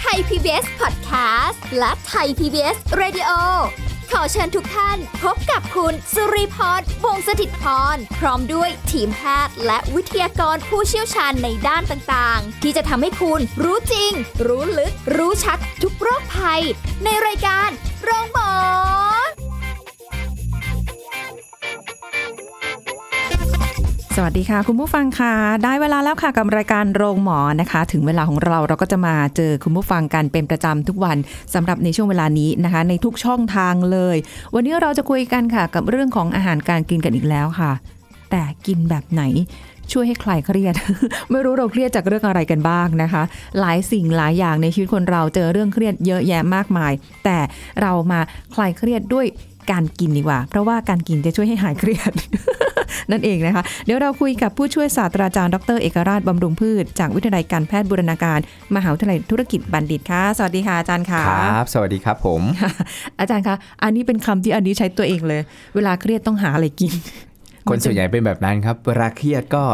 ไทย PBS Podcast และไทย PBS Radio ขอเชิญทุกท่านพบกับคุณ สุริพรวงศสถิตพร พร้อมด้วยทีมแพทย์และวิทยากรผู้เชี่ยวชาญในด้านต่างๆ ที่จะทำให้คุณรู้จริง รู้ลึก รู้ชัดทุกโรคภัย ในรายการโรงพยาบาล สวัสดีค่ะ คุณผู้ฟังค่ะ ได้เวลาแล้วค่ะกับรายการโรงหมอนะคะ ถึงเวลาของเราเราก็จะมาเจอคุณผู้ฟังกันเป็นประจำทุกวันสำหรับในช่วงเวลานี้นะคะ ในทุกช่องทางเลย วันนี้เราจะคุยกันค่ะ กับเรื่องของอาหารการกินกันอีกแล้วค่ะ แต่กินแบบไหนช่วยให้คลายเครียด ไม่รู้เราเครียดจากเรื่องอะไรกันบ้างนะคะ หลายสิ่งหลายอย่างในชีวิตคนเราเจอเรื่องเครียดเยอะแยะมากมาย แต่เรามาคลายเครียดด้วยการกินดีกว่า เพราะว่าการกินจะช่วยให้หายเครียด นั่นเองนะคะ เดี๋ยวเราคุยกับผู้ช่วยศาสตราจารย์ดรเอกราชบำรุงพืช จากวิทยาลัยการแพทย์บูรณาการ มหาวิทยาลัยธุรกิจบัณฑิตค่ะ สวัสดีค่ะอาจารย์ค่ะ ครับ สวัสดีครับผม อาจารย์คะ อันนี้เป็นคำที่อันนี้ใช้ตัวเองเลย เวลาเครียดต้องหาอะไรกิน คนส่วนใหญ่เป็นแบบนั้นครับเวลาเครียดก็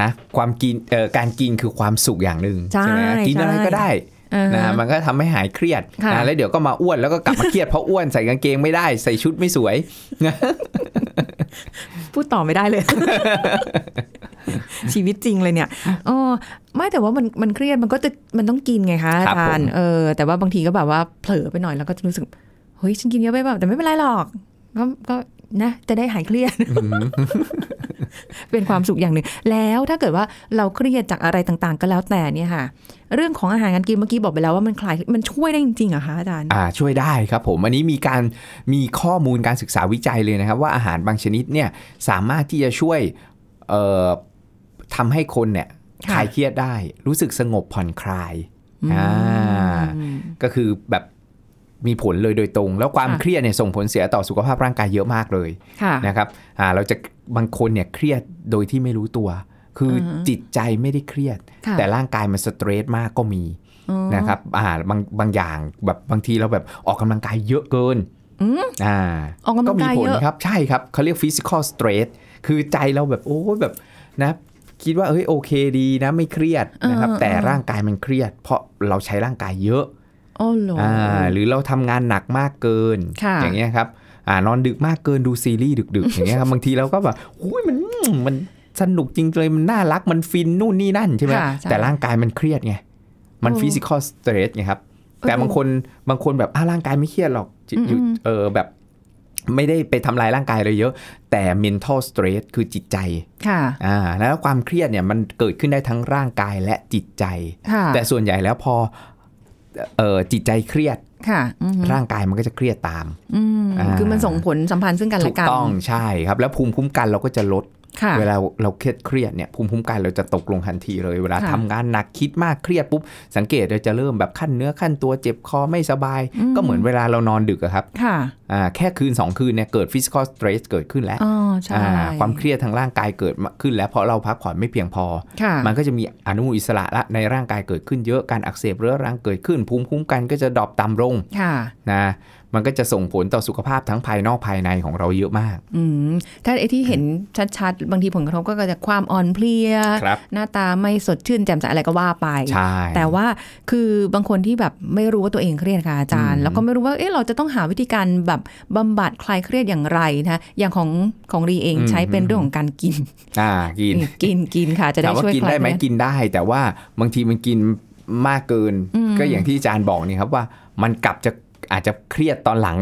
นะความกินเอ่อการกินคือความสุขอย่างหนึ่ง ใช่ ไหมฮะกิน ใช่ อะไรก็ได้ อ่าน นะมันก็ทำให้หายเครียด ค่ะ นะแล้วเดี๋ยวก็มาอ้วนแล้วก็กลับมาเครียดเพราะอ้วนใส่กางเกงไม่ได้ใส่ชุดไม่สวย พูดต่อไม่ได้เลย ชีวิตจริงเลยเนี่ยอ๋อไม่แต่ว่ามันมันเครียดมันก็จะมันต้องกินไงคะอา ครับ จารย์ ผม เออแต่ว่าบางทีก็แบบว่าเผลอไปหน่อยแล้วก็จะรู้สึกเฮ้ยฉันกินเยอะไปแบบแต่ไม่เป็นไรหรอกก็ก็นะ จะได้หายเครียด เป็นความสุขอย่างหนึ่งแล้วถ้าเกิดว่าเราเครียดจากอะไรต่างๆ ก็แล้วแต่เนี่ยค่ะ เรื่องของอาหารการกินเมื่อกี้บอกไปแล้วว่ามันคลายมันช่วยได้จริงๆเหรอคะอาจารย์ อ่าช่วยได้ครับผม อันนี้มีการมีข้อมูลการศึกษาวิจัยเลยนะครับ ว่าอาหารบางชนิดเนี่ยสามารถที่จะช่วยเอ่อทำให้คนเนี่ย ค่ะ คลายเครียดได้ รู้สึกสงบผ่อนคลายอ่า อืม ก็คือแบบมีผลเลยโดยตรง แล้วความ ค่ะ เครียดเนี่ยส่งผลเสียต่อสุขภาพร่างกายเยอะมากเลย ค่ะ นะครับอ่าเราจะบางคนเนี่ยเครียดโดยที่ไม่รู้ตัว คืออ อฮะ จิตใจไม่ได้เครียด ค่ะ แต่ร่างกายมันสเตรสมากก็มี อ๋อ นะครับอ่าบางบางอย่างแบบบางทีเราแบบออกกำลังกายเยอะเกิน อืม อ่า ออกกำลังกาย มีผล เยอะ ครับใช่ครับเขาเรียก physical stress คือใจเราแบบโอ้ยแบบนะคิดว่าเอ้ยโอเคดีนะไม่เครียดนะครับแต่ร่างกายมันเครียด เพราะเราใช้ร่างกายเยอะ อ๋อเหรออ อ่าหรือเราทำงานหนักมากเกิน ค่ะ อย่างเงี้ยครับอ่านอนดึกมากเกินดูซีรีส์ดึก ๆ อย่างเงี้ยครับบาง ทีเราก็แบบอุ้ยมันมันสนุกจริงเลยมันน่ารักมันฟินนู่นนี่นั่นใช่ไหม ค่ะใช่ แต่ร่างกายมันเครียดไง มัน โอ้ ฟิสิกอลสเตรสไงครับ อ แต่บางคนบางคนแบบอ่าร่างกายไม่เครียดหรอกจิตอยู่ อืม เออแบบไม่ได้ไปทำลายร่างกายเลยเยอะ แต่ mental stress คือจิตใจ ค่ะ อ่าแล้วความเครียดเนี่ยมันเกิดขึ้นได้ทั้งร่างกายและจิตใจ ค่ะ แต่ส่วนใหญ่แล้วพอเออจิตใจเครียด ค่ะอืม ร่างกายมันก็จะเครียดตาม อืม อ่า คือมันส่งผลสัมพันธ์ซึ่งกัน ถู และ ก กัน ต้องใช่ครับ แล้วภูมิคุ้มกันเราก็จะลด ค่ะ เวลาเราเครียดเครียดเนี่ยภูมิคุ้มกันเราจะตกลงทันทีเลย เวลา ค่ะ ทำงานหนักคิดมากเครียดปุ๊บ สังเกตเราจะเริ่มแบบขั้นเนื้อขั้นตัวเจ็บคอไม่สบาย อืม ก็เหมือนเวลาเรานอนดึกอะครับ ค่ะ อ่าแค่คืน 2 คืนเนี่ยเกิด physical stress เกิดขึ้นแล้ว อ๋อใช่ อ่าความเครียดทางร่างกายเกิดขึ้นแล้วเพราะเราพักผ่อนไม่เพียงพอ ค่ะ มันก็จะมีอนุมูลอิสระละในร่างกายเกิดขึ้นเยอะการอักเสบเรื้อรังเกิดขึ้น ภูมิคุ้มกันก็จะดรอปต่ำลง ค่ะ นะมันก็จะส่งผลต่อสุขภาพทั้งภายนอกภายในของเราเยอะมาก อืมถ้าไอ้ที่เห็นชัดๆ บางทีผลกระทบก็เกิดจากความอ่อนเพลีย ครับ หน้าตาไม่สดชื่นแจ่มใสอะไรก็ว่าไป ใช่ แต่ว่าคือบางคนที่แบบไม่รู้ว่าตัวเองเครียดค่ะอาจารย์ อืม แล้วก็ไม่รู้ว่าเอ๊ะเราจะต้องหาวิธีการแบบบำบัดคลายเครียดอย่างไรนะคะอย่างของของรีเองใช้เป็นเรื่องของการกิน อ่ากิน กินกินค่ะ จะได้ ถามว่า ช่วย กิน คลาย ได้ไหม เครียด กินได้ แต่ว่าบางทีมันกินมากเกิน อืม ก็อย่างที่อาจารย์บอกนี่ครับว่ามันกลับจะอาจจะเครียดตอนหลัง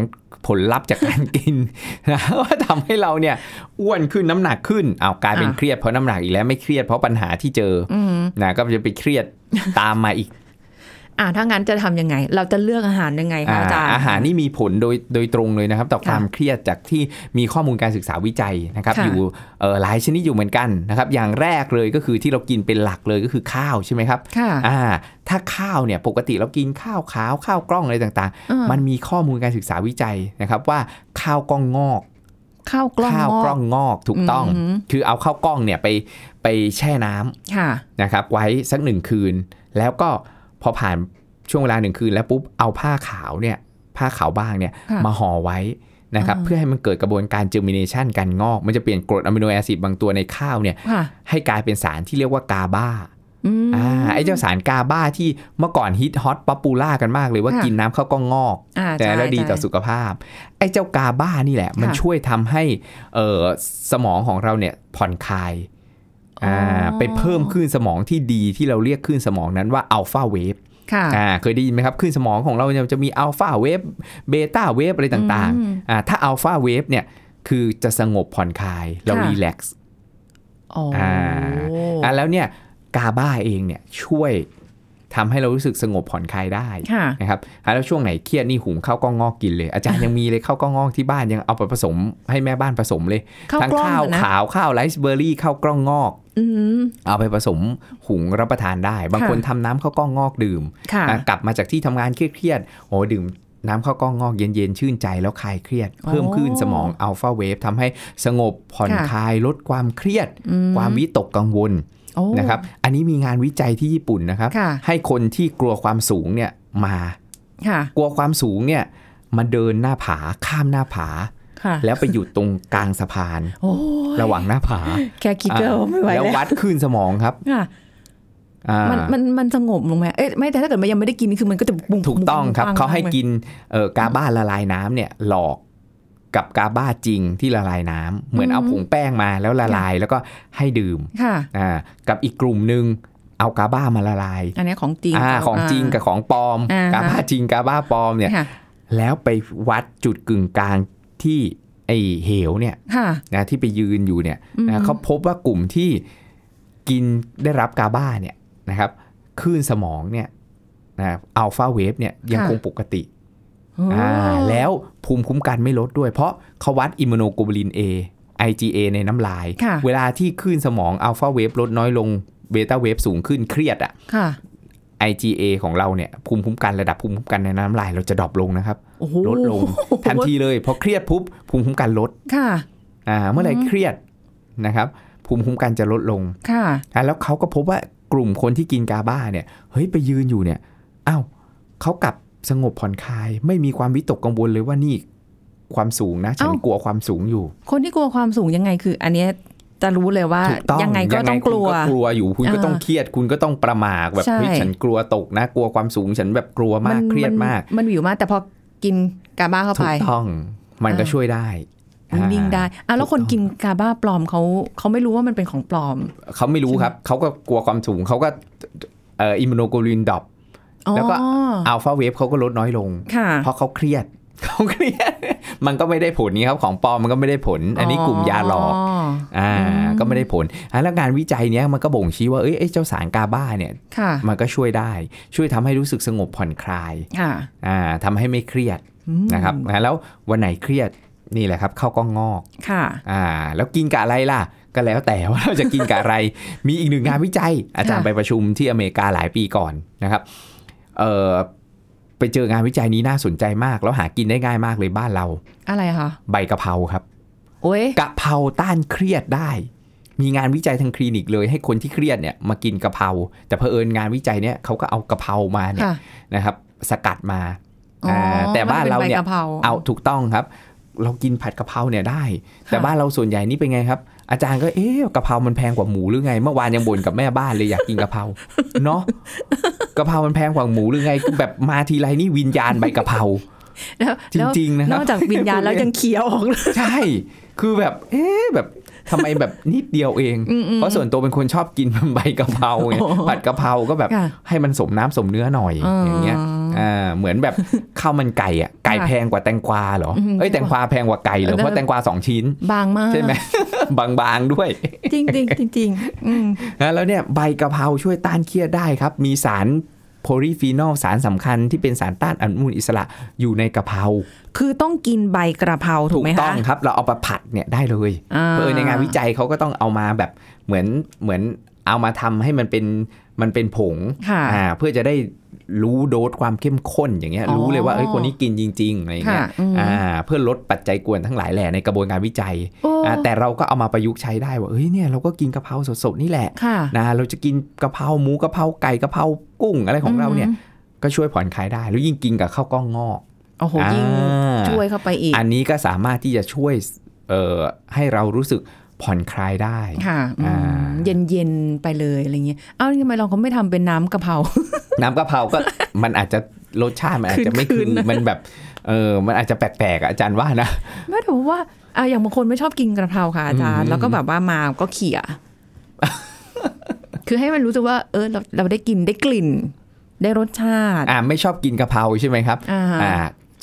ผลลัพธ์จากการ กิน นะว่าทำให้เราเนี่ยอ้วนขึ้นน้ำหนักขึ้นเอาวกลายเป็นเครียดเพราะน้ำหนักอีกแล้วไม่เครียดเพราะปัญหาที่เจออ อืม นะก็จะไปเครียดตามมาอีก อ่าถ้างั้นจะทำยังไง เราจะเลือกอาหารยังไงคะอาจารย์ อาหารนี่มีผลโดยโดยตรงเลยนะครับ ต่อ ค่ะ ความเครียดจากที่มีข้อมูลการศึกษาวิจัยนะครับ ค่ะ อยู่เอ่อหลายชนิดอยู่เหมือนกันนะครับ อย่างแรกเลยก็คือที่เรากินเป็นหลักเลยก็คือข้าวใช่ไหมครับ ค่ะ อ่าถ้าข้าวเนี่ยปกติเรากินข้าวขาวข้าวกล้องอะไรต่าง อ่ามั มันมีข้อมูลการศึกษาวิจัยนะครับว่าข้าวกล้องงอก ข้าวกล้อง ข้าว งอก ล้องงอกถูกต้อง ม คือเอาข้าวกล้องเนี่ยไปไปแช่น้ำ ค่ะ นะครับไว้สักหนึ่งคืน แล้วก็พอผ่านช่วงเวลาหนึ่งคืนแล้วปุ๊บเอาผ้าขาวเนี่ยผ้าขาวบางเนี่ย ค่ะ มาห่อไว้ นะครับ อ่า เพื่อให้มันเกิดกระบวนการเจอร์มิเนชันการงอก มันจะเปลี่ยนกรดอะมิโนแอซิดบางตัวในข้าวเนี่ย ค่ะ ให้กลายเป็นสารที่เรียกว่ากาบา อืม อ่าไอ้เจ้าสารกาบาที่เมื่อก่อนฮิตฮอตป๊อปปูล่ากันมากเลยว่า ค่ะ กินน้ำข้าวกล้องงอก อ่า แต่ ใช่ แล้วดีต่อ ใช่ สุขภาพ ไอ้เจ้ากาบ้านี่แหละ มัน ค่ะ ช่วยทำให้เอ่อสมองของเราเนี่ยผ่อนคลาย อ๋ออ่ าไปเพิ่มคลื่นสมองที่ดีที่เราเรียกคลื่นสมองนั้นว่าอัลฟาเวฟ ค่ะ อ่าเคยได้ยินไหมครับคลื่นสมองของเราเนี่ยจะมีอัลฟาเวฟเบต้าเวฟอะไรต่าง อืม ๆอ่าถ้าอัลฟาเวฟเนี่ยคือจะสงบผ่อนคลายเรา ค่ะ รีแลกซ์ อ๋ออ อ่า อ่ะแล้วเนี่ยกาบ้าเองเนี่ยช่วยทำให้เรารู้สึกสงบผ่อนคลายได้ ค่ะ นะครับอ่ะแล้วช่วงไหนเครียดนี่หุงข้าวกล้องงอกกินเลย อาจารย์ยังมีเลยข้าวกล้องงอกที่บ้านยังเอาไปผสมให้แม่บ้านผสมเลย ข้าว ทั้ง กล้อง ข้าว อะนะ ขาวข้าวไรซ์เบอร์รี่ข้าวกล้องงอก อืม เอาไปผสมหุงรับประทานได้ บาง ค่ะ คนทำน้ำข้าวกล้องงอกดื่ม ค่ะ อ่ะกลับมาจากที่ทำงานเครียดๆโอ้ดื่มน้ำข้าวกล้องงอกเย็นๆชื่นใจแล้วคลายเครียด เพิ่มขึ้นสมองอัลฟาเวฟทำให้สงบผ่อนคลายลดความเครียด อื ความวิตกกังวล โอ้ นะครับ อันนี้มีงานวิจัยที่ญี่ปุ่นนะครับ ค่ะ ให้คนที่กลัวความสูงเนี่ยมา ค่ะ กลัวความสูงเนี่ยมาเดินหน้าผาข้ามหน้าผา ค่ะ แล้วไปอยู่ตรงกลางสะพาน โอ้ย ระหว่างหน้าผา แค่คิดก็ไม่ไหว แล้ว แล้ว วัดคลื่นสมองครับ ค่ะ อ่า มันมันมันสงบลงไหมเอ๊ะไม่แต่ถ้าเกิดมันยังไม่ได้กินคือมันก็จะบุ้ง ถูกต้องครับ ง เขาให้ ลงไป กินเอ่อกาบ้าละลายน้ำเนี่ยหลอกกับกาบ้าจริงที่ละลายน้ำเหมือน อืม เอาผงแป้งมาแล้วละลายแล้วก็ให้ดื่ม ค่ะ อ่ากับอีกกลุ่มหนึ่งเอากาบ้ามาละลาย อันนี้ของจริง อ่าของจริงกับของปลอม อ่า กาบ้าจริงกาบ้าปลอมเนี่ย ค่ะ แล้วไปวัดจุดกึ่งกลางที่ไอเหวเนี่ย ค่ะ นะที่ไปยืนอยู่เนี่ย อืม นะเขาพบว่ากลุ่มที่กินได้รับกาบ้าเนี่ยนะครับคลื่นสมองเนี่ยนะอัลฟาเวฟเนี่ยยังคงปกติอ่าแล้วภูมิคุ้มกันไม่ลดด้วย เพราะเขาวัดอิมมูโนโกลูบลิน A IgA ในน้ำลาย ค่ะ เวลาที่คลื่นสมองอัลฟาเวฟลดน้อยลงเบต้าเวฟสูงขึ้นเครียดอะ ค่ะ IgA ของเราเนี่ยภูมิคุ้มกันระดับภูมิคุ้มกันในน้ำลายเราจะดรอปลงนะครับ โอ้โห ลดลงทันทีเลยพอเครียดปุ๊บภูมิคุ้มกันลด ค่ะ อ่าเมื่อไหร่ อืม เครียดนะครับ ภูมิคุ้มกันจะลดลง ค่ะ อ่ะแล้วเขาก็พบว่ากลุ่มคนที่กินกาบ้าเนี่ยเฮ้ยไปยืนอยู่เนี่ยอ้าวเขากลับสงบผ่อนคลาย ไม่มีความวิตกกังวลเลยว่านี่ความสูงนะฉัน เอ้า กลัวความสูงอยู่ คนที่กลัวความสูงยังไงคือ อันเนี้ยจะรู้เลยว่า ถูกต้อง ยังไงก็ต้องกลัว คุณกลัวอยู่คุณก็ เออ ต้องเครียดคุณก็ต้องประหมาแบบ ใช่ เฮ้ยฉันกลัวตกนะ กลัวความสูงฉันแบบกลัวมากเครียดมาก นวิวมากแต่พอกินกาบ้าเข้า ถู ไป กต้องมันก็ อ่า ช่วยได้อ่า นิ่งๆได้อ่ะแล้วคน ถูกต้อง กินกาบ้าปลอมเขาเขาไม่รู้ว่ามันเป็นของปลอม เขาไม่รู้ครับ เขาก็กลัวความสูง เขาก็เอ่อิมมูโนโกลินดรอป แล้วก็ อ๋อ อัลฟาเวฟเขาก็ลดน้อยลง ค่ะ เพราะเขาเครียด เขาเครียด มันก็ไม่ได้ผลนี้ครับ ของปลอมมันก็ไม่ได้ผล อันนี้กลุ่มยาหลอก อ่า อืม ก็ไม่ได้ผลอ่ะแล้วงานวิจัยเนี้ยมันก็บ่งชี้ว่าเอ้ยไอ้เจ้าสารกาบ้าเนี่ย ค่ะ มันก็ช่วยได้ ช่วยทำให้รู้สึกสงบผ่อนคลาย ค่ะ อ่าทำให้ไม่เครียด อืม นะครับอ่ะแล้ววันไหนเครียดนี่แหละครับข้าวกล้องงอก ค่ะ อ่าแล้วกินกับอะไรล่ะ ก็แล้วแต่ว่า เราจะกินกับอะไร มีอีกหนึ่งงานวิจัย อาจารย์ ค่ะ ไปประชุมที่อเมริกาหลายปีก่อนนะครับเออไปเจองานวิจัยนี้น่าสนใจมาก แล้วหากินได้ง่ายมากเลยบ้านเรา อะไรคะ ใบกะเพราครับ โอ้ย กะเพราต้านเครียดได้ มีงานวิจัยทางคลินิกเลย ให้คนที่เครียดเนี่ยมากินกะเพราแต่เผอิญงานวิจัยเนี่ยเขาก็เอากะเพรามาเนี่ย ค่ะ นะครับ สกัดมา อ๋ออา แต่บ้านเราเนี่ย มัป็ใบกะพร เอาถูกต้องครับ เรากินผัดกะเพราเนี่ยได้ แต่บ้านเราส่วนใหญ่นี่เป็นไงครับ อาจารย์ก็เอ๊ะกะเพรามันแพงกว่าหมูหรือไง เมื่อวานยังบ่นกับแม่บ้านเลยอยากกินกะเพราเนาะกะเพรามันแพงกว่าหมูหรือไงคือแบบมาทีไรนี่วิญญาณใบกะเพรา แล้ว จ แล้ว ริง ๆ นะคน รั อบ กจากวิญญา ณแล้วยังเคี้ยวออกเลย ใช่ คือแบบ เอ๊ะแบบทำไมแบบนิดเดียวเอง อืมอืม เพราะส่วนตัวเป็นคนชอบกินใบกะเพราไง โอ้ ผัดกะเพราก็แบบ ค่ะ ให้มันสมน้ำสมเนื้อหน่อย อ๋ออ อย่างเงี้ยอ่าเหมือน แบบข้าวมันไก่อะไก่ ค่ะ แพงกว่าแตงกวาเหรอ อืม เอ้ยแตงกวาแพงกว่าไก่เหรอ เออ เพราะแตงกวาสองชิ้น บางมาก ใช่ไหม บางๆด้วย จริงจริงๆจริงๆอืม นะแล้วเนี่ยใบกะเพราช่วยต้านเครียดได้ครับ มีสารโพลีฟีนอลสารสำคัญที่เป็นสารต้านอนุมูลอิสระอยู่ในกะเพรา คือต้องกินใบกระเพราถู ถู ก ก ไหมคะ ต้องครับ เราเอาไปผัดเนี่ยได้เลย า เออในงานวิจัยเขาก็ต้องเอามาแบบเหมือนเหมือนเอามาทำให้มันเป็นมันเป็นผง ค่ะ อ่าเพื่อจะได้รู้โดสความเข้มข้นอย่างเงี้ย อ๋อ รู้เลยว่าเอ้ยคนนี้กินจริงๆอะไรอย่างเงี้ย ค่ะอืม อ่าเพื่อลดปัจจัยกวนทั้งหลายแหล่ในกระบวนการวิจัย โอ้ อ่าแต่เราก็เอามาประยุกต์ใช้ได้ว่าเอ้ยเนี่ยเราก็กินกะเพราสดๆนี่แหละ ค่ะ นะเราจะกินกะเพราหมูกะเพราไก่กะเพรากุ้งอะไรของเราเนี่ยก็ช่วยผ่อนคลายได้ แล้วยิ่งกินกับข้าวกล้องงอก โอ้โหยิ่ง อ่า ช่วยเข้าไปอีก อันนี้ก็สามารถที่จะช่วยเอ่อให้เรารู้สึกผ่อนคลายได้ ค่ะอืม อ่า เย็นๆไปเลยอะไรเงี้ยเอ้าทำไมเราเขาไม่ทำเป็นน้ำกะเพรา น้ำกะเพราก็ มันอาจจะรสชาติมันอาจจะไม่ คื คื น น ๆนะ มันแบบเออมันอาจจะแปลกๆอะอาจารย์ว่านะ ไม่แต่ว่าอ่ะอย่างบางคนไม่ชอบกินกระเพราค่ะอาจารย์ อืม แล้วก็แบบว่ามาก็เขี่ย คือให้มันรู้สึกว่า เออเราเราได้กินได้กลิ่น ได้รสชาติ อ่าไม่ชอบกินกะเพราใช่ไหมครับ อ่าฮะ อ่า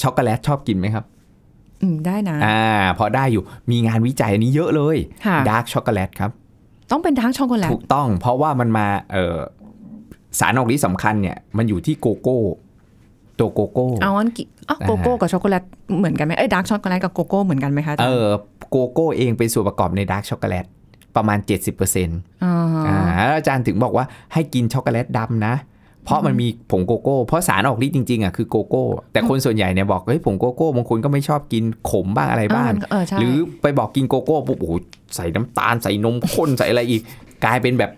ช็อกโกแลตชอบกินไหมครับ อืมได้นะ อ่าพอได้อยู่มีงานวิจัยอันนี้เยอะเลย ค่ะ ดาร์กช็อกโกแลตครับ ต้องเป็นทั้งช็อกโกแลต ถูกต้องเพราะว่ามันมาเออสารออกฤทธิ์สำคัญเนี่ยมันอยู่ที่โกโก้ ตัวโกโก้ เอาอันกิอ๋อโกโก้ อ่าฮะ กับช็อกโกแลตเหมือนกันไหมเอ้ยดาร์กช็อกโกแลตกับโกโก้เหมือนกันไหมคะาจารย์ เออโกโก้เองเป็นส่วนประกอบในดาร์กช็อกโกแลตประมาณ 70% าฮะ อ่าแล้วอาจารย์ถึงบอกว่าให้กินช็อกโกแลตดำนะ เพราะมันมีผงโกโก้ เพราะสารออกฤทธิ์จริงๆอ่ะคือโกโก้ แต่คนส่วนใหญ่เนี่ยบอกเฮ้ยผงโกโก้บางคนก็ไม่ชอบกินขมบ้างอะไรบ้าง เออใช่ หรือไปบอกกินโกโก้ปุ๊บโอ้โหใส่น้ำตาลใส่นมข้นใส่อะไรอีก กลายเป็นแบบ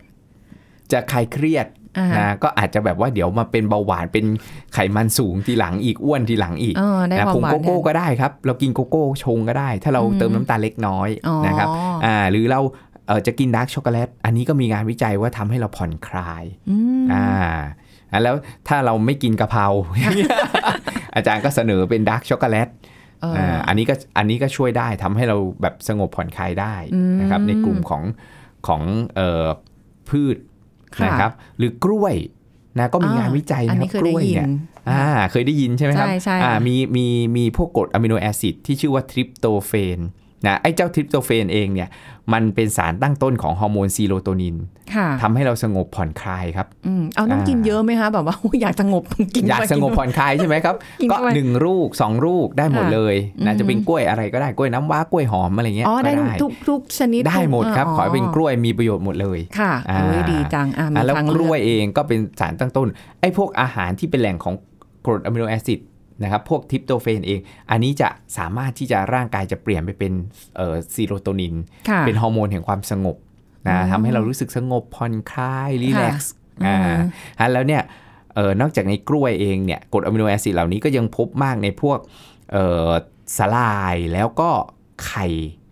จะคลายเครียด าฮะ นะก็อาจจะแบบว่าเดี๋ยวมาเป็นเบาหวานเป็นไขมันสูงทีหลังอีกอ้วนทีหลังอีก เออได้ นะ ความ ผหงวานแทนโกโก้ก็ได้ครับ เรากินโกโก้ชงก็ได้ ถ้าเรา อืม เติมน้ำตาลเล็กน้อย อ๋อ นะครับอ่าหรือเราเอ่อจะกินดาร์กช็อกโกแลตอันนี้ก็มีงานวิจัยว่าทำให้เราผ่อนคลาย อืม อ่าอ่ะแล้วถ้าเราไม่กินกะเพรา อาจารย์ก็เสนอเป็นดาร์กช็อกโกแลต เอออ อ่าอันนี้ก็อันนี้ก็ช่วยได้ทำให้เราแบบสงบผ่อนคลายได้นะครับ อืม ในกลุ่มของของเอ่อพืช ค่ะ นะครับหรือกล้วยนะก็มีงานวิจัย อัน นะคนี้รับ เคย ก ได้ ล้วย ยิน เนี่ยอ่าเคยได้ยินใช่ไหมครับ ใช่ใช่ อ่ามีมีมีพวกกรดอะมิโนแอซิดที่ชื่อว่าทริปโตเฟนนะไอ้เจ้าทริปโตเฟนเองเนี่ยมันเป็นสารตั้งต้นของฮอร์โมนซีโรโทนิน ค่ะ ทำให้เราสงบผ่อนคลายครับ อืมเอาต้อง อ่า กินเยอะไหมคะแบบว่า อยากสงบกิน อยาก ไป สงบ นไป ผ่อนคลายใช่ไหมครับ กิน ก็ เข้าไป หนึ่งลูกสองลูกได้หมด ค่ะ เลย อื นะ ม จะเป็นกล้วยอะไรก็ได้กล้วยน้ำว้ากล้วยหอมอะไรเงี้ย อ๋อ ก็ ได้ทุกทุกชนิด ได้หมดครับ ขอให้เป็นก วย ล้วยมีประโยชน์หมดเลย ค่ะ อ่า โอ้ยดีจังอ่ะมี อ่ะแล้ว ทาง ก เลื ล้ อ ว ก ยเองก็เป็นสารตั้งต้นไอ้พวกอาหารที่เป็นแหล่งของกรดอะมิโนแอซิดนะครับพวกทริปโตเฟนเอง อันนี้จะสามารถที่จะร่างกายจะเปลี่ยนไปเป็นเอ่อซีโรโทนิน ค่ะ เป็นฮอร์โมนแห่งความสงบนะ อืม ทำให้เรารู้สึกสงบผ่อนคลายรีแลกซ์ ค่ะ อ่า อืม ฮะแล้วเนี่ยเอ่อนอกจากในกล้วยเองเนี่ยกรดอะมิโนแอซิดเหล่านี้ก็ยังพบมากในพวกเอ่อสลายแล้วก็ไข่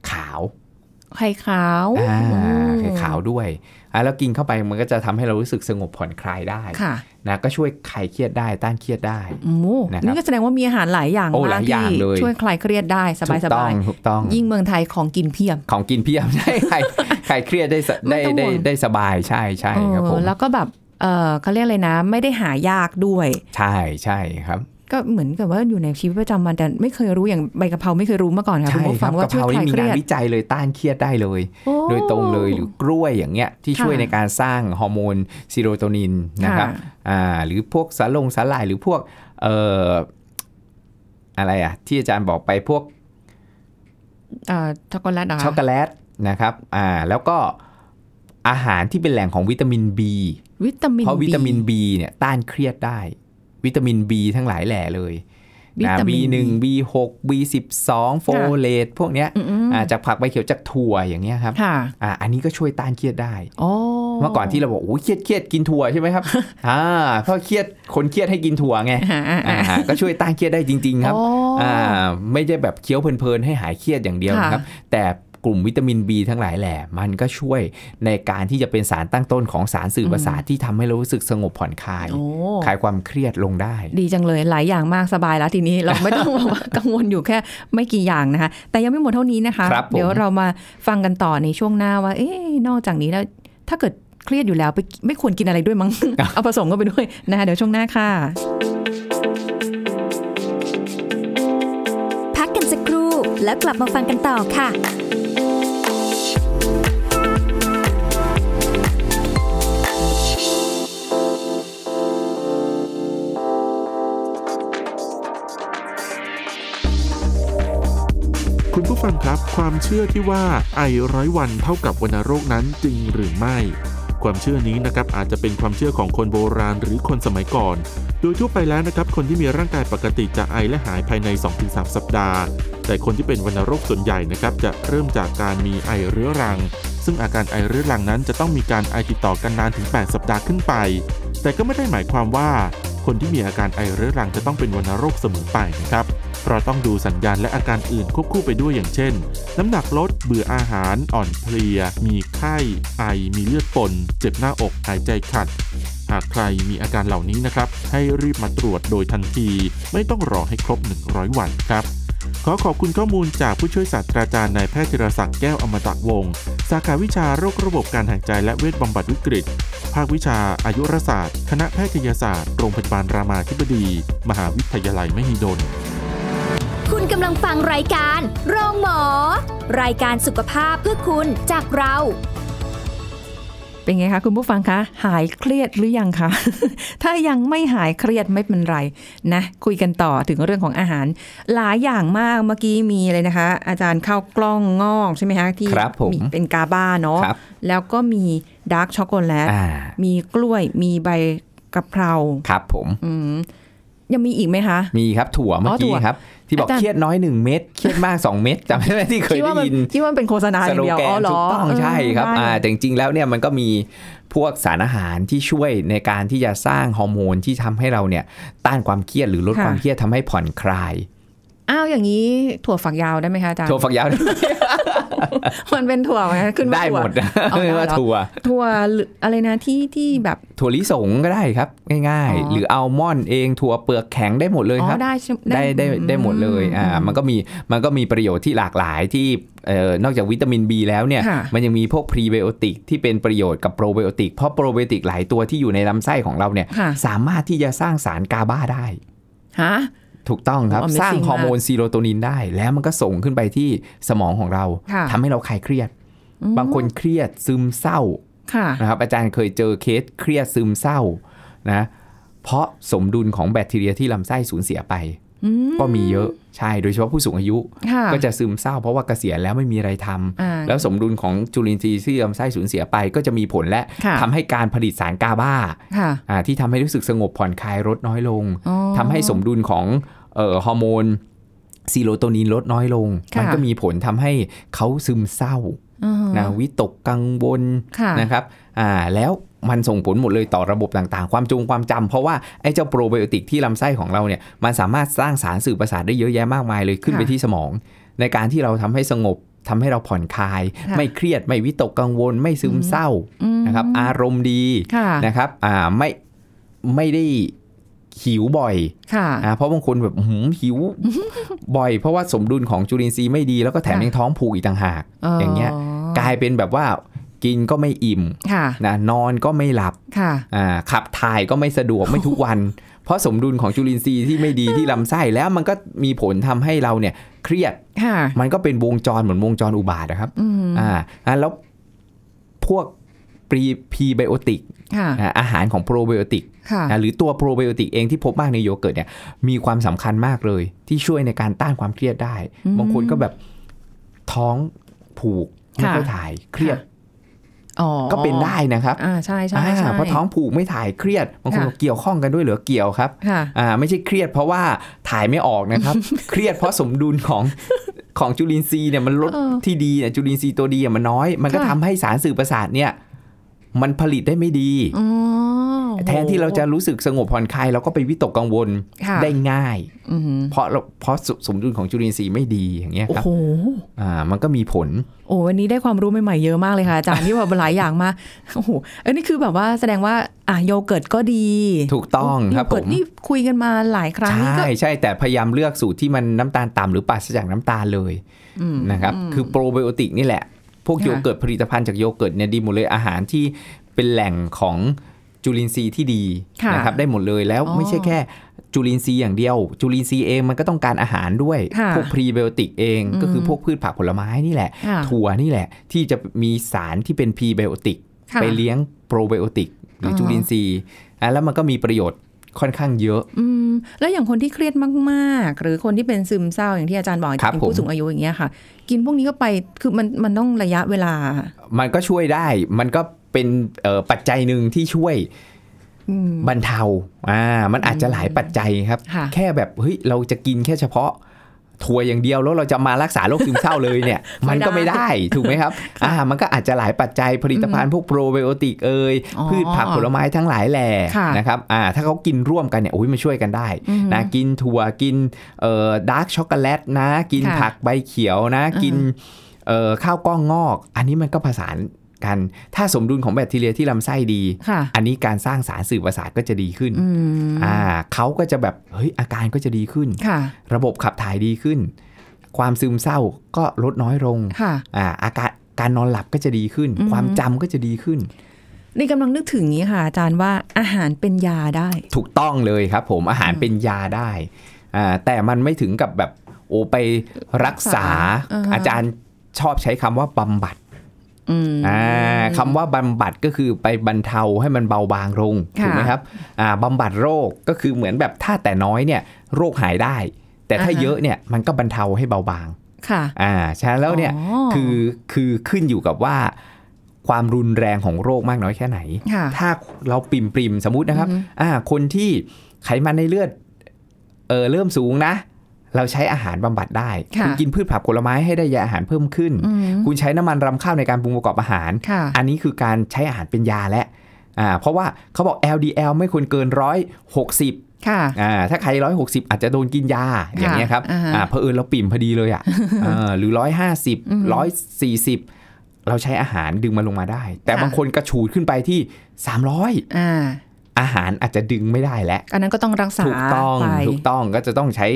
ขาว ไข่ขาว อ่า อืม ไข่ขาวด้วยอ่ะแล้วกินเข้าไปมันก็จะทำให้เรารู้สึกสงบผ่อนคลายได้ ค่ะ นะก็ช่วยคลายเครียดได้ต้านเครียดได้ โอ้โห นะครับ นี่ก็แสดงว่ามีอาหารหลายอย่าง โอ้ มากหลายอ ที่ ย่างเลย ช่วยคลายเครียดได้สบายส ถูกต้ บา อยงถูกต้อง ยิ่งเมืองไทยของกินเพียบ ของกินเพียบ ใช่ใครใครเครียดได้ส ไม่ ได้ ต้องห่ ได้ วง ได้สบายใช่ใช่ครับผม เออแล้วก็แบบเออเขาเรียกอะไรนะ ไม่ได้หายากด้วย ใช่ใช่ครับ ก็เหมือนกับว่าอยู่ในชีวิตประจำวันแต่ไม่เคยรู้อย่างใบกะเพราไม่เคยรู้มาก่อนค่ะคุ ใช่ ณผู้ ค ฟั รังว่ากบะ ช่ เพ วยคลารานี่ ย มี เครี งาน ยด วิจัยเลยต้านเครียดได้เลย อ้ โดยตรงเลยหรือกล้วยอย่างเงี้ยที่ช่วย ค่ะ ในการสร้างฮอร์โมนซีโรโทนินนะครับ ค่ะ อ่าหรือพวกสาลงสาหร่ายหรือพวกเอ่ออะไรอ่ะ ที่อาจารย์บอกไปพวก าช็อกโกแลตเหรอคะ ช็อกโกแลตนะครับ อ่า แล้วก็อาหารที่เป็นแหล่งของวิตามิน B วิตามิน เพราะวิตามิน B B เนี่ยต้านเครียดได้ วิตามิน B ทั้งหลายแหล่เลย วิ นะ ตามิน B1 B6 B12 โฟเลตพวกเนี้ย อืมๆ อ่าจากผักใบเขียวจากถั่วอย่างเงี้ยครับ ค่ะ อ่า อันนี้ก็ช่วยต้านเครียดได้ โอ้ เมื่อก่อนที่เราบอกโอ้ยเครียดเครียดกินถั่วใช่ ไหมครับ อ่า เพราะเครียดคนเครียดให้กินถั่วไง อ่าอ่า อ่า อ่า ก็ช่วยต้านเครียดได้จริง ๆ ครับ อ๋ออ อ่าไม่ได้แบบเคี้ยวเพลินๆ ให้หายเครียดอย่างเดียวนะครับ แต่กลุ่มวิตามิน B ทั้งหลายแหละมันก็ช่วยในการที่จะเป็นสารตั้งต้นของสารสื่อประสาทที่ทำให้เรารู้สึกสงบผ่อนคลาย โอ้ คลายความเครียดลงได้ ดีจังเลยหลายอย่างมากสบายแล้วทีนี้เราไม่ต้อง แบบว่ากังวลอยู่แค่ไม่กี่อย่างนะคะ แต่ยังไม่หมดเท่านี้นะคะ ครับผม เดี๋ยวเรามาฟังกันต่อในช่วงหน้าว่า เอ๊ะนอกจากนี้แล้ว ถ้าเกิดเครียดอยู่แล้วไปไม่ควรกินอะไรด้วยมั้ง เอาผสมกันไปด้วยนะคะเดี๋ยวช่วงหน้าค่ะ พักกันสักครู่แล้วกลับมาฟังกันต่อค่ะ คุณผู้ฟังครับ ความเชื่อที่ว่าไอร้อยวันเท่ากับวัณโรคนั้นจริงหรือไม่ ความเชื่อนี้นะครับอาจจะเป็นความเชื่อของคนโบราณหรือคนสมัยก่อน โดยทั่วไปแล้วนะครับคนที่มีร่างกายปกติจะไอและหายภายใน 2-3 สัปดาห์ แต่คนที่เป็นวัณโรคส่วนใหญ่นะครับจะเริ่มจากการมีไอเรื้อรัง ซึ่งอาการไอเรื้อรังนั้นจะต้องมีการไอติดต่อกันนานถึง 8 สัปดาห์ขึ้นไป แต่ก็ไม่ได้หมายความว่า คนที่มีอาการไอเรื้อรังจะต้องเป็นวัณโรคเสมอไปนะครับ เพราะต้องดูสัญญาณและอาการอื่นควบคู่ไปด้วยอย่างเช่น น้ำหนักลด เบื่ออาหาร อ่อนเพลีย มีไข้ ไอ มีเลือดปน เจ็บหน้าอกหายใจขัด หากใครมีอาการเหล่านี้นะครับ ให้รีบมาตรวจโดยทันที ไม่ต้องรอให้ครบ 100 วันครับ ขอขอบคุณข้อมูลจากผู้ช่วยศาสตราจารย์นายแพทย์ธีรศักดิ์แก้วอมตะวงศ์สาขาวิชาโรคระบบการหายใจและเวชบำบัดวิกฤต ภาควิชาอายุรศาสตร์ คณะแพทยศาสตร์ โรงพยาบาลรามาธิบดี มหาวิทยาลัยมหิดล คุณกำลังฟังรายการ โรงหมอ รายการสุขภาพเพื่อคุณจากเรา เป็นไงคะคุณผู้ฟังคะหายเครียดหรือยังคะ ถ้ายังไม่หายเครียดไม่เป็นไรนะคุยกันต่อถึงเรื่องของอาหาร หลายอย่างมากเมื่อกี้มีเลยนะคะ อาจารย์ข้าวกล้องงอกใช่ไหมคะที่ ครับผม เป็นกาบ้าเนาะ ครับ แล้วก็มีดาร์กช็อกโกแลต อ่า มีกล้วยมีใบกะเพรา ครับผม อืมยังมีอีกไหมคะ มีครับถั่วเมื่อ ถั่ กี้ ว ครับ ที่บอก อาจารย์ เครียดน้อย 1 เม็ดเครียดมาก 2 เม็ดจำได้ไหมที่เคย คิด ได้ ว่ามัน ยิน คิดว่ามันเป็นโฆษณาอ ส ย่าง โล เดียว แก อ๋ น อเหร ถู อก ต้องใช่ครับ ได้ อ่าแต่จริงๆแล้วเนี่ยมันก็มีพวกสารอาหารที่ช่วยในการที่จะสร้างฮอร์โมนที่ทำให้เราเนี่ยต้านความเครียดหรือลด ค่ะ ความเครียดทำให้ผ่อนคลาย อ้าวอย่างนี้ถั่วฝักยาวได้ไหมคะอาจารย์ ถั่วฝักยาว มันเป็นถั่วไหมคะขึ้นว่า ได้ ถั่ว หมดนะ เอาได้เหรอ ว่าถั่ว ถั่วหรืออะไรนะที่ที่แบบ ถั่วลิสงก็ได้ครับ ง่าย อ๋อ ๆ หรืออัลมอนด์เองถั่วเปลือกแข็งได้หมดเลย อ๋ ครั อบ ได้ใช่ ได้ได้ได้หมดเลยอ่ามันก็มีมันก็มีประโยชน์ที่หลากหลายที่เอ่อนอกจากวิตามิน B แล้วเนี่ย ค่ะ มันยังมีพวกพรีไบโอติกที่เป็นประโยชน์กับโปรไบโอติกเพราะโปรไบโอติกหลายตัวที่อยู่ในลำไส้ของเราเนี่ย ค่ะ สามารถที่จะสร้างสารกาบาได้ ฮะ ถูกต้องครับ โอ้ Amazing สร้างฮอร์โมนซีโรโทนินได้ แล้วมันก็ส่งขึ้นไปที่สมองของเรา ค่ะ ทำให้เราคลายเครียด อืม บางคนเครียดซึมเศร้า ค่ะ นะครับอาจารย์เคยเจอเคสเครียดซึมเศร้านะเพราะสมดุลของแบคทีเรียที่ลำไส้สูญเสียไป อืม ก็มีเยอะใช่โดยเฉพาะผู้สูงอายุ ค่ะ ก็จะซึมเศร้าเพราะว่าเกษียณแล้วไม่มีอะไรทำ อ่า แล้วสมดุลของจุลินทรีย์ที่ลำไส้สูญเสียไป ก็จะมีผลและ ค่ะ ทำให้การผลิตสารกาบา ค่ะ อ่าที่ทำให้รู้สึกสงบผ่อนคลายลดน้อยลง อ๋อ ทำให้สมดุลของเอ่อฮอร์โมนซีโรโทนินลดน้อยลง ค่ะ มัก็มีผลทำให้เขาซึมเศร้า อือฮึ นะวิตกกังวล ค่ะ นะครับ อ่า แล้วมันส่งผลหมดเลยต่อระบบต่างๆ ความจงความจำ เพราะว่าไอ้เจ้าโปรไบโอติกที่ลำไส้ของเราเนี่ย มันสามารถสร้างสารสื่อประสาทได้เยอะแยะมากมายเลยขึ้นไป ค่ะ ที่สมอง ในการที่เราทำให้สงบทำให้เราผ่อนคลาย ค่ะ ไม่เครียด ไม่วิตกกังวล ไม่ซึมเศร้า อืม นะครับ อารมณ์ดี ค่ะ นะครับ อ่า ไม่ ไม่ได้หิวบ่อย ค่ะ อ่าเพราะบางคนแบบอื้อหือหิว บ่อย เพราะว่าสมดุลของจุลินทรีย์ไม่ดี แล้วก็แถม ค่ะ ยังท้องผูกอีกต่างหาก อย่างเงี้ย กลายเป็นแบบว่ากินก็ไม่อิ่ม ค่ะ นะนอนก็ไม่หลับ ค่ะ อ่าขับถ่ายก็ไม่สะด วกไม่ทุกวัน เพราะสมดุลของจุลินทรีย์ที่ไม่ดีที่ลำไส้แล้วมันก็มีผลทำให้เราเนี่ยเครียด ค่ะ มันก็เป็นวงจรเหมือนวงจรอุบาทนะครับ อืม อ่าอ่าแล้วพวกปรีพีไบโอติก ค่ะ อาหารของโปรไบโอติก ค่ะ นะหรือตัวโปรไบโอติกเองที่พบมากในโยเกิร์ตเนี่ยมีความสำคัญมากเลย ที่ช่วยในการต้านความเครียดได้ อืม บางคนก็แบบท้องผูกไม่ ค่ะ ค่อยถ่ายเครียด อ๋อ ก็เป็นได้นะครับ อ่าใช่ใช่ อ่า ใช่ เพราะท้องผูกไม่ถ่ายเครียดบางคน ค่ะ บอกเกี่ยวข้องกันด้วยเหรือเกี่ยวครับ ค่ะ อ่าไม่ใช่เครียดเพราะว่าถ่ายไม่ออก นะครับ เครียดเพราะสมดุลของ ของจุลินทรีย์เนี่ยมันลด เออ ที่ดีเนี่ยจุลินทรีย์ตัวดีอะมันน้อย มันก็ ค่ะ ทำให้สารสื่อประสาทเนี่ยมันผลิตได้ไม่ดี อ๋อ แทนที่เราจะรู้สึกสงบผ่อนคลายเราก็ไปวิตกกังวล ค่ะ ได้ง่าย อือหือ เพราะเราเพราะสมดุลของจุลินทรีย์ไม่ดีอย่างเงี้ย โอ้ ครับ โห อ่ามันก็มีผล โอ้วันนี้ได้ความรู้ใหม่ๆเยอะมากเลยค่ะอาจารย์ ที่แบบหลายอย่างมาก โอ้โหอันนี้คือแบบว่าแสดงว่าอ่ะโยเกิร์ตก็ดี ถูกต้องครับ โยเกิร์ต ผม นี่คุยกันมาหลายครั้งนี่ก็ ใช่ใช่แต่พยายามเลือกสูตรที่มันน้ำตาลต่ำหรือปราศจากน้ำตาลเลย อืม นะครับคือโปรไบโอติกนี่แหละ พวก ค่ะ โยเกิร์ตผลิตภัณฑ์จากโยเกิร์ตเนี่ยดีหมดเลยอาหารที่เป็นแหล่งของจุลินทรีย์ที่ดี ค่ะ นะครับได้หมดเลยแล้ว อ๋อ ไม่ใช่แค่จุลินทรีย์อย่างเดียว จุลินทรีย์เองมันก็ต้องการอาหารด้วย ค่ะ พวกพรีไบโอติกเอง อืม ก็คือพวกพืชผักผลไม้นี่แหละ ค่ะ ถั่วนี่แหละ ที่จะมีสารที่เป็นพรีไบโอติก ค่ะ ไปเลี้ยงโปรไบโอติกหรืออ อ จุลินทรีย์อ่ะแล้วมันก็มีประโยชน์ค่อนข้างเยอะ อืมแล้วอย่างคนที่เครียดมากๆ หรือคนที่เป็นซึมเศร้าอย่างที่อาจารย์บอก ครับ เป็น ผม ผู้สูงอายุอย่างเงี้ยค่ะ กินพวกนี้ก็ไปคือมันมันต้องระยะเวลา มันก็ช่วยได้ มันก็เป็นเอ่อปัจจัยหนึ่งที่ช่วย อืม บรรเทา อ่า มันอาจจะหลายปัจจัยครับ ค่ะ แค่แบบเฮ้ยเราจะกินแค่เฉพาะ ทัวร์อย่างเดียวแล้วเราจะมารักษาโรคซึมเศร้าเลยเนี่ย มันก็ไม่ได้ถูกไหมครับอ่ามันก็อาจจะหลายปัจจัยผลิตภัณฑ์พวกโปรไบโอติกเอย อ๋อ พืชผักผลไม้ทั้งหลายแหล่ ค่ะ นะครับอ่าถ้าเขากินร่วมกันเนี่ยโอ้ยมันช่วยกันได้ อืม นะกินถั่วกินเอ่อดาร์กช็อกโกแลตนะกิน ค่ะ ผักใบเขียวนะ อืม กินเอ่อข้าวกล้องงอก อันนี้มันก็ผสานกัน ถ้าสมดุลของแบคทีเรียที่ลำไส้ดี ค่ะ อันนี้การสร้างสารสื่อประสาทก็จะดีขึ้น อืม อ่าเขาก็จะแบบเฮ้ยอาการก็จะดีขึ้น ค่ะ ระบบขับถ่ายดีขึ้น ความซึมเศร้าก็ลดน้อยลง ค่ะ อ่าอาการการนอนหลับก็จะดีขึ้น อืม ความจำก็จะดีขึ้น นี่กำลังนึกถึงอย่างนี้ค่ะ อาจารย์ว่าอาหารเป็นยาได้ ถูกต้องเลยครับผมอาหารเป็นยาได้อ่าแต่มันไม่ถึงกับแบบโอไปรักษา อ่าฮะ อาจารย์ชอบใช้คำว่าบำบัด อืม อ่าคำว่าบำบัดก็คือไปบรรเทาให้มันเบาบางลง ค่ะ ถูกไหมครับอ่าบำบัดโรคก็คือเหมือนแบบถ้าแต่น้อยเนี่ยโรคหายได้ แต่ถ้าเยอะเนี่ยมันก็บรรเทาให้เบาบาง ค่ะ อ่าใช่แล้วเนี่ยคือคือขึ้นอยู่กับว่า ความรุนแรงของโรคมากน้อยแค่ไหน ค่ะ ถ้าเราปริมปริมๆสมมตินะครับ อือฮึ อ่าคนที่ไขมันในเลือดเออเริ่มสูงนะ เราใช้อาหารบำบัดได้ณกินพืชผักผลไม้ให้ได้ยาอาหารเพิ่มขึ้น อืม คุณใช้น้ำมันรำข้าวในการปรุงประกอบอาหาร ค่ะ อันนี้คือการใช้อาหารเป็นยาและอ่าเพราะว่าเขาบอก LDL ไม่ควรเกิน 160 ค่ะ อ่าถ้าใครร้อยหกสิบอาจจะโดนกินยาอย่างเงี้ยครับ อ่าฮะ อ่าเผอิญเราปิ่มพอดีเลย อ่ะ อ่าหรือร้อยห้าสิบ อืม ร้อยสี่สิบเราใช้อาหารดึงมันลงมาได้ แต่ ค่ะ บางคนกระฉูดขึ้นไปที่สามร้อย อ่า อาหารอาจจะดึงไม่ได้แล้ว อันนั้นก็ต้องรักษา ถูกต้อง ไป ถูกต้องก็จะต้องใช้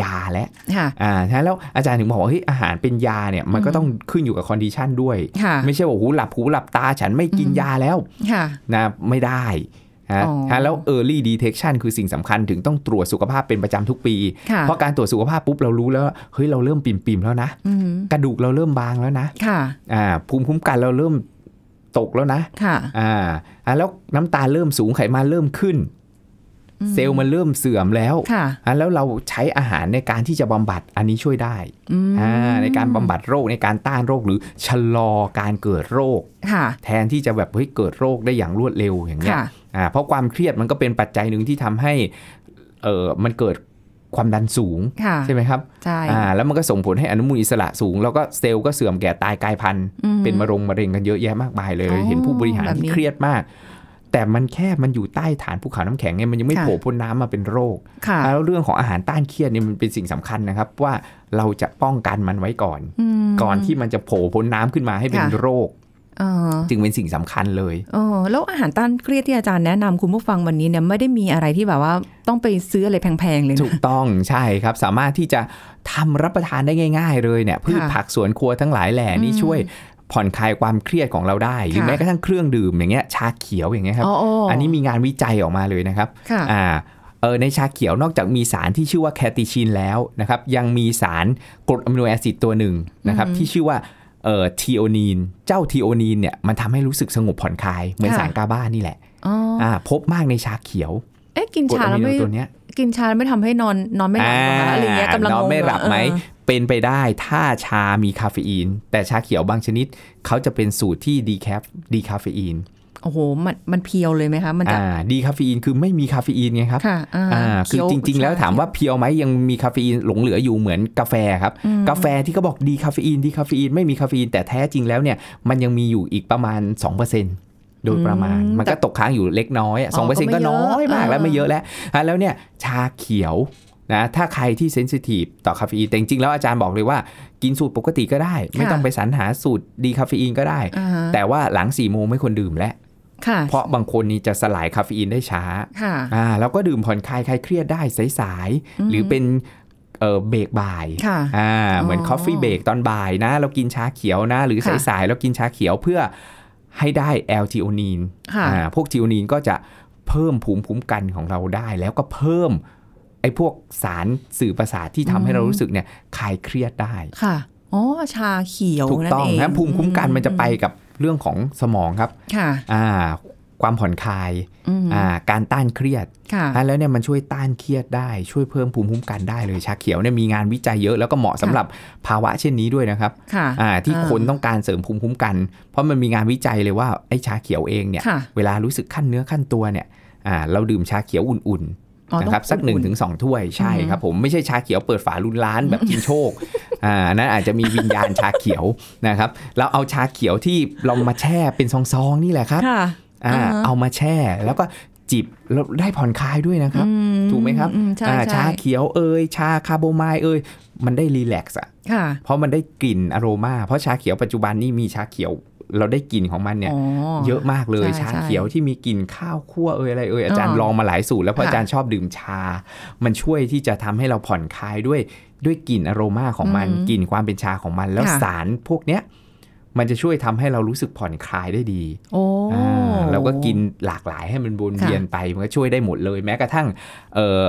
ยาและ ค่ะ อ่าฉะนั้นแล้วอาจารย์ถึงบอกว่าเฮ้ยอาหารเป็นยาเนี่ยมันก็ต้องขึ้นอยู่กับคอนดิชันด้วย ค่ะ ไม่ใช่ว่าหูหลับหูหลับตาฉันไม่กิน อืม ยาแล้ว ค่ะ นะไม่ได้นะ อ๋อ ฮะแล้ว early detection คือสิ่งสำคัญถึงต้องตรวจสุขภาพเป็นประจำทุกปี ค่ะ เพราะการตรวจสุขภาพปุ๊บเรารู้แล้วว่าเฮ้ยเราเริ่มปิ่มปิมๆแล้วนะ อืม กระดูกเราเริ่มบางแล้วนะ ค่ะ อ่าภูมิคุ้มกันเราเริ่มตกแล้วนะ ค่ะ อ่าอ่าแล้วน้ำตาลเริ่มสูงไขมันเริ่มขึ้น อืม เซลล์มันเริ่มเสื่อมแล้ว ค่ะ อ่าแล้วเราใช้อาหารในการที่จะบำบัดอันนี้ช่วยได้ อืม อ่าในการบำบัดโรคในการต้านโรคหรือชะลอการเกิดโรค ค่ะ แทนที่จะแบบเฮ้ยเกิดโรคได้อย่างรวดเร็วอย่างเงี้ย ค่ะ อ่าเพราะความเครียดมันก็เป็นปัจจัยหนึ่งที่ทำให้เออมันเกิดความดันสูง ค่ะ ใช่ไหมครับ ใช่ อ่าแล้วมันก็ส่งผลให้อนุมูลอิสระสูง แล้วก็เซลล์ก็เสื่อมแก่ตายกลายพันธุ์ อื เป็นมะเร็งมะเร็งกันเยอะแยะมากมายเลย อ๋อ เห็นผู้บริหาร แบบนี้ ที่เครียดมาก แต่มันแค่มันอยู่ใต้ฐานภูเขาน้ำแข็งไงมันยังไม่ ค่ะ โผล่พ้นน้ำมาเป็นโรค ค่ะ แล้วเรื่องของอาหารต้านเครียดเนี่ยมันเป็นสิ่งสำคัญนะครับ ว่าเราจะป้องกันมันไว้ก่อน อืม ก่อนที่มันจะโผล่พ้นน้ำขึ้นมาให้เป็น ค่ะ โรค เออ จึงเป็นสิ่งสำคัญเลย เออแล้วอาหารต้านเครียดที่อาจารย์แนะนำคุณผู้ฟังวันนี้เนี่ยไม่ได้มีอะไรที่แบบว่าต้องไปซื้ออะไรแพงๆเลย ถู นะ กต้องใช่ครับ สามารถที่จะทำรับประทานได้ง่าย ๆ เลยเนี่ยพืชผักสวนครัวทั้งหลายแหล่นี่ อืม ช่วยผ่อนคลายความเครียดของเราได้ หรือ ค่ะ แม้กระทั่งเครื่องดื่มอย่างเงี้ยชาเขียวอย่างเงี้ยครับ อ๋ออ๋ออั อันนี้มีงานวิจัยออกมาเลยนะครับ ค่ะ อ่าเออในชาเขียวนอกจากมีสารที่ชื่อว่าแคติชินแล้วนะครับยังมีสารกรดอะมิโนแอซิดตัวหนึ่งนะครับ อืม ที่ชื่อว่าเอ่อทีโอนีนเจ้าทีโอนีนเนี่ยมันทำให้รู้สึกสงบผ่อนคลายเหมือน ค่ะ สารกาบ้านี่แหละ อ๋ออ่ าพบมากในชาเขียว เอ๊ะกิน กรด ชา อะ แล้ว มิโน ไม่ ตัวเนี้ย กินชาแล้วไม่ทำให้นอนนอนไม่หลับเหรอคะอะไรเงี้ยกำลัง นอนไม่ งง หลับไหม เออ เป็นไปได้ถ้าชามีคาเฟอีน แต่ชาเขียวบางชนิด เขาจะเป็นสูตรที่ดีแคฟดีคาเฟอีน โอ้โห มันมันเพียวเลยไหมคะ มันจะ อ่าดีคาเฟอีนคือไม่มีคาเฟอีนไงครับ ค่ะอ่า อ่าคือ เยว จริง ๆ แล้วถามว่าเพียวไหมยังมีคาเฟอีนหลงเหลืออยู่เหมือนกาแฟครับ กาแฟที่เขาบอกดีคาเฟอีนดีคาเฟอีนไม่มีคาเฟอีนแต่แท้จริงแล้วเนี่ยมันยังมีอยู่อีกประมาณ 2%โดยประมาณ มันก็ตกค้างอยู่เล็กน้อยอะ อ๋อก็ไม่ 2%ก็น้อยมากแล้ว เยอะ ไม่เยอะแล้วอ่ะแล้วเนี่ยชาเขียวนะถ้าใครที่เซนซิทีฟต่อคาเฟอีนแต่จริงๆแล้วอาจารย์บอกเลยว่ากินสูตรปกติก็ได้ ไม่ต้องไปสรรหาสูตรดีคาเฟอีนก็ได้ อ่าฮะ แต่ว่าหลัง4ี่โมงไม่ควรดื่มแล้ว ค่ะ เพราะบางคนนี่จะสลายคาเฟอีนได้ช้า ค่ะ อ่าแล้วก็ดื่มผ่อนคลายคลายเครียดได้สาย อืม ๆหรือเป็นเอ่อเบรกบ่าย ค่ะ อ่าเหมือน อ๋อ คอฟฟี่เบรกตอนบ่ายนะ เรากินชาเขียวนะ หรือ ค่ะ สายๆเรากินชาเขียวเพื่อให้ได้แอลทีโอนีน ค่ะ อ่าพวกทีโอนีนก็จะเพิ่มภูมิคุ้มกันของเราได้ แล้วก็เพิ่มไอ้พวกสารสื่อประสาทที่ทำให้เรารู้สึกเนี่ยคลายเครียดได้ ค่ะ อ๋อ ชาเขียว ถูก นั่น ต้อง เอง นะภูมิคุ้มกันมันจะไปกับเรื่องของสมองครับ ค่ะ อ่าความผ่อนคลาย อืม อ่าการต้านเครียด ค่ะ อ่ะแล้วเนี่ยมันช่วยต้านเครียดได้ช่วยเพิ่มภูมิคุ้มกันได้เลยชาเขียวเนี่ยมีงานวิจัยเยอะแล้วก็เหมาะสำหรับภาวะเช่นนี้ด้วยนะครับ ค่ะ อ่าที่ อ่า คนต้องการเสริมภูมิคุ้มกัน เพราะมันมีงานวิจัยเลยว่าไอ้ชาเขียวเองเนี่ย ค่ะ เวลารู้สึกขั้นเนื้อขั้นตัวเนี่ยอ่าเราดื่มชาเขียวอุ่น อ๋อต้อง นะครับสัก1น อุ่นๆ ถึงสถ้วยใช่ อือฮึ ครับผมไม่ใช่ชาเขียวเปิดฝาลุนล้านแบบกินโชคอ่าอันนั้นอาจจะมีวิญญาณชาเขียว นะครับเราเอาชาเขียวที่เรามาแช่เป็นซองๆนี่แหละครับ ค่ะ อ่า อ่าฮะ เอามาแช่แล้วก็จิบแล้วได้ผ่อนคลายด้วยนะครับ อื ถูกไหมครับ อืใช่ อ่า ใช่ ชาเขียวเอย ชาคาโบไมล์เอย มันได้รีแลกซ์อ่ะ ค่ะ เพราะมันได้กลิ่นอโรมา เพราะชาเขียวปัจจุบันนี่มีชาเขียวเราได้กลิ่นของมันเนี่ย อ๋ เยอะมากเลย ใช่ ชาเขียวที่มีกลิ่นข้าวคั่วเอยอะไรเอยอาจารย์ อ๋อ ลองมาหลายสูตรแล้วเพราะ ค่ะ อาจารย์ชอบดื่มชา มันช่วยที่จะทำให้เราผ่อนคลายด้วยด้วยกลิ่นอโรมาของมันกลิ่นความเป็นชาของมัน แล้วสารพวกเนี้ยมันจะช่วยทำให้เรารู้สึกผ่อนคลายได้ดี โอ้ อ่าเราก็กินหลากหลายให้มันวนเวียนไป มันก็ช่วยได้หมดเลยแม้กระทั่งเอ่อ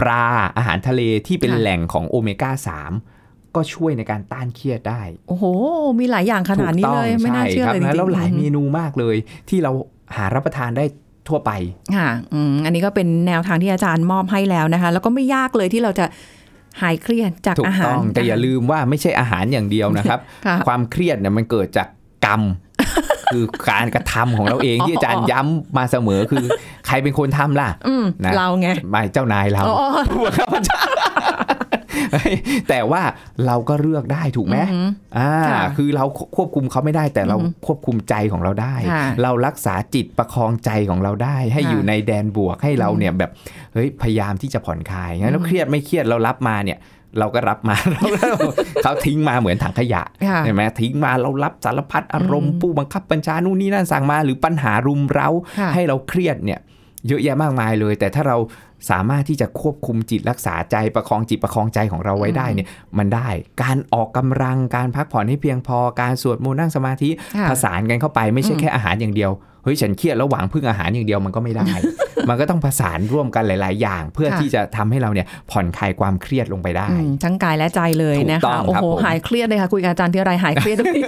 ปลาอาหารทะเลที่เป็นแหล่งของโอเมก้า 3 ก็ช่วยในการต้านเครียดได้ โอ้โห มีหลายอย่างขนาดนี้เลย ถูกต้อง ไม่น่าเชื่อ ใครับ เลยจริงๆ แล้วหลายเม อืม นูมากเลย ที่เราหารับประทานได้ทั่วไป ค่ะอืมอันนี้ก็เป็นแนวทางที่อาจารย์มอบให้แล้วนะคะ แล้วก็ไม่ยากเลยที่เราจะหายเครียดจาก ถูก อาหาร ต้องแต่อย่าลืมว่าไม่ใช่อาหารอย่างเดียวนะครับ ค่ะ ความเครียดเนี่ยมันเกิดจากกร รม คือการกระทำของเราเองที่อาจารย์ย้ำมาเสมอคือ ใครเป็นคนทำล่ะ อืม นะ เราไง ไม่เจ้านายเรา อ๋อ แต่ว่าเราก็เลือกได้ถูกไหม อือหือ อ่า ค่ะ คือเราควบคุมเขาไม่ได้แต่เรา อือหือ ควบคุมใจของเราได้ ค่ะ เรารักษาจิตประคองใจของเราได้ ให้ ค่ะ อยู่ในแดนบวกให้เราเนี่ยแบบเฮ้ยพยายามที่จะผ่อนคลายงั้นแล้วเครียดไม่เครียดเรารับมา เนี่ย เราก็รับมาเราเขาทิ้งมาเหมือนถังขยะ ค่ะ ใช่ไหมทิ้งมาเรารับสารพัดอารมณ์ อืม ผู้บังคับบัญชานู่นนี่นั่นสั่งมา หรือปัญหารุมเร้า ค่ะ ให้เราเครียดเนี่ย เยอะแยะมากมายเลย แต่ถ้าเราสามารถที่จะควบคุมจิตรักษาใจประคองจิตประคองใจของเราไว้ได้เนี่ยมันได้การออกกำลังการพักผ่อนให้เพียงพอการสวดมนต์นั่งสมาธิ ค่ะ ผสานกันเข้าไปไม่ใช่ อืม แค่อาหารอย่างเดียวเฮ้ยฉันเครียดแล้วหวังพึ่งอาหารอย่างเดียวมันก็ไม่ได้ มันก็ต้องผสานร่วมกันหลาย ๆ อย่าง เพื่อที่จะทำให้เราเนี่ยผ่อนคลายความเครียดลงไปได้ อืมทั้งกายและใจเลยนะ ถูกต้ คะ อง โอ้ ครับ โห ผม หายเครียดเลยค่ะคุยกับอาจารย์ที่ไรหาย เครียดทุกที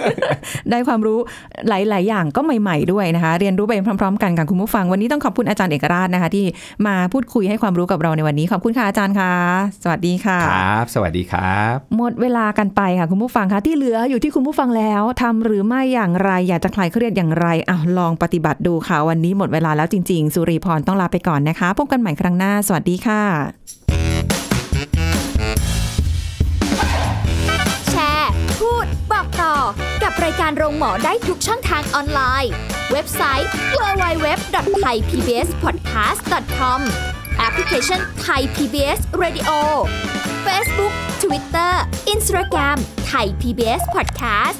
ได้ความรู้หลาย ๆ อย่างก็ใหม่ ๆ ด้วยนะคะ เรียนรู้ไปพร้อม ๆ กันค่ะคุณผู้ฟัง วันนี้ต้องขอบคุณอาจารย์เอกราชนะคะ ที่มาพูดคุยให้ความรู้กับเราในวันนี้ขอบคุณค่ะอาจารย์ค่ะ สวัสดีค่ะ ครับ สวัสดีครับ หมดเวลากันไปค่ะคุณผู้ฟังคะที่เหลืออยู่ที่คุณผู้ฟังแล้วทำหรือไม่อย่างไรอยากจะคลายเครียดอย่างไรอ้าวลองปฏิบัติดูค่ะวันนี้หมดเวลาแล้วจริง ๆ สุริพรต้องลาไปก่อนนะคะพบกันใหม่ครั้งหน้า สวัสดีค่ะ แชร์ พูด บอกต่อ กับรายการโรงหมอได้ทุกช่องทางออนไลน์ เว็บไซต์ www.thaipbspodcast.com แอปพลิเคชัน Thai PBS Radio Facebook Twitter Instagram Thai PBS Podcast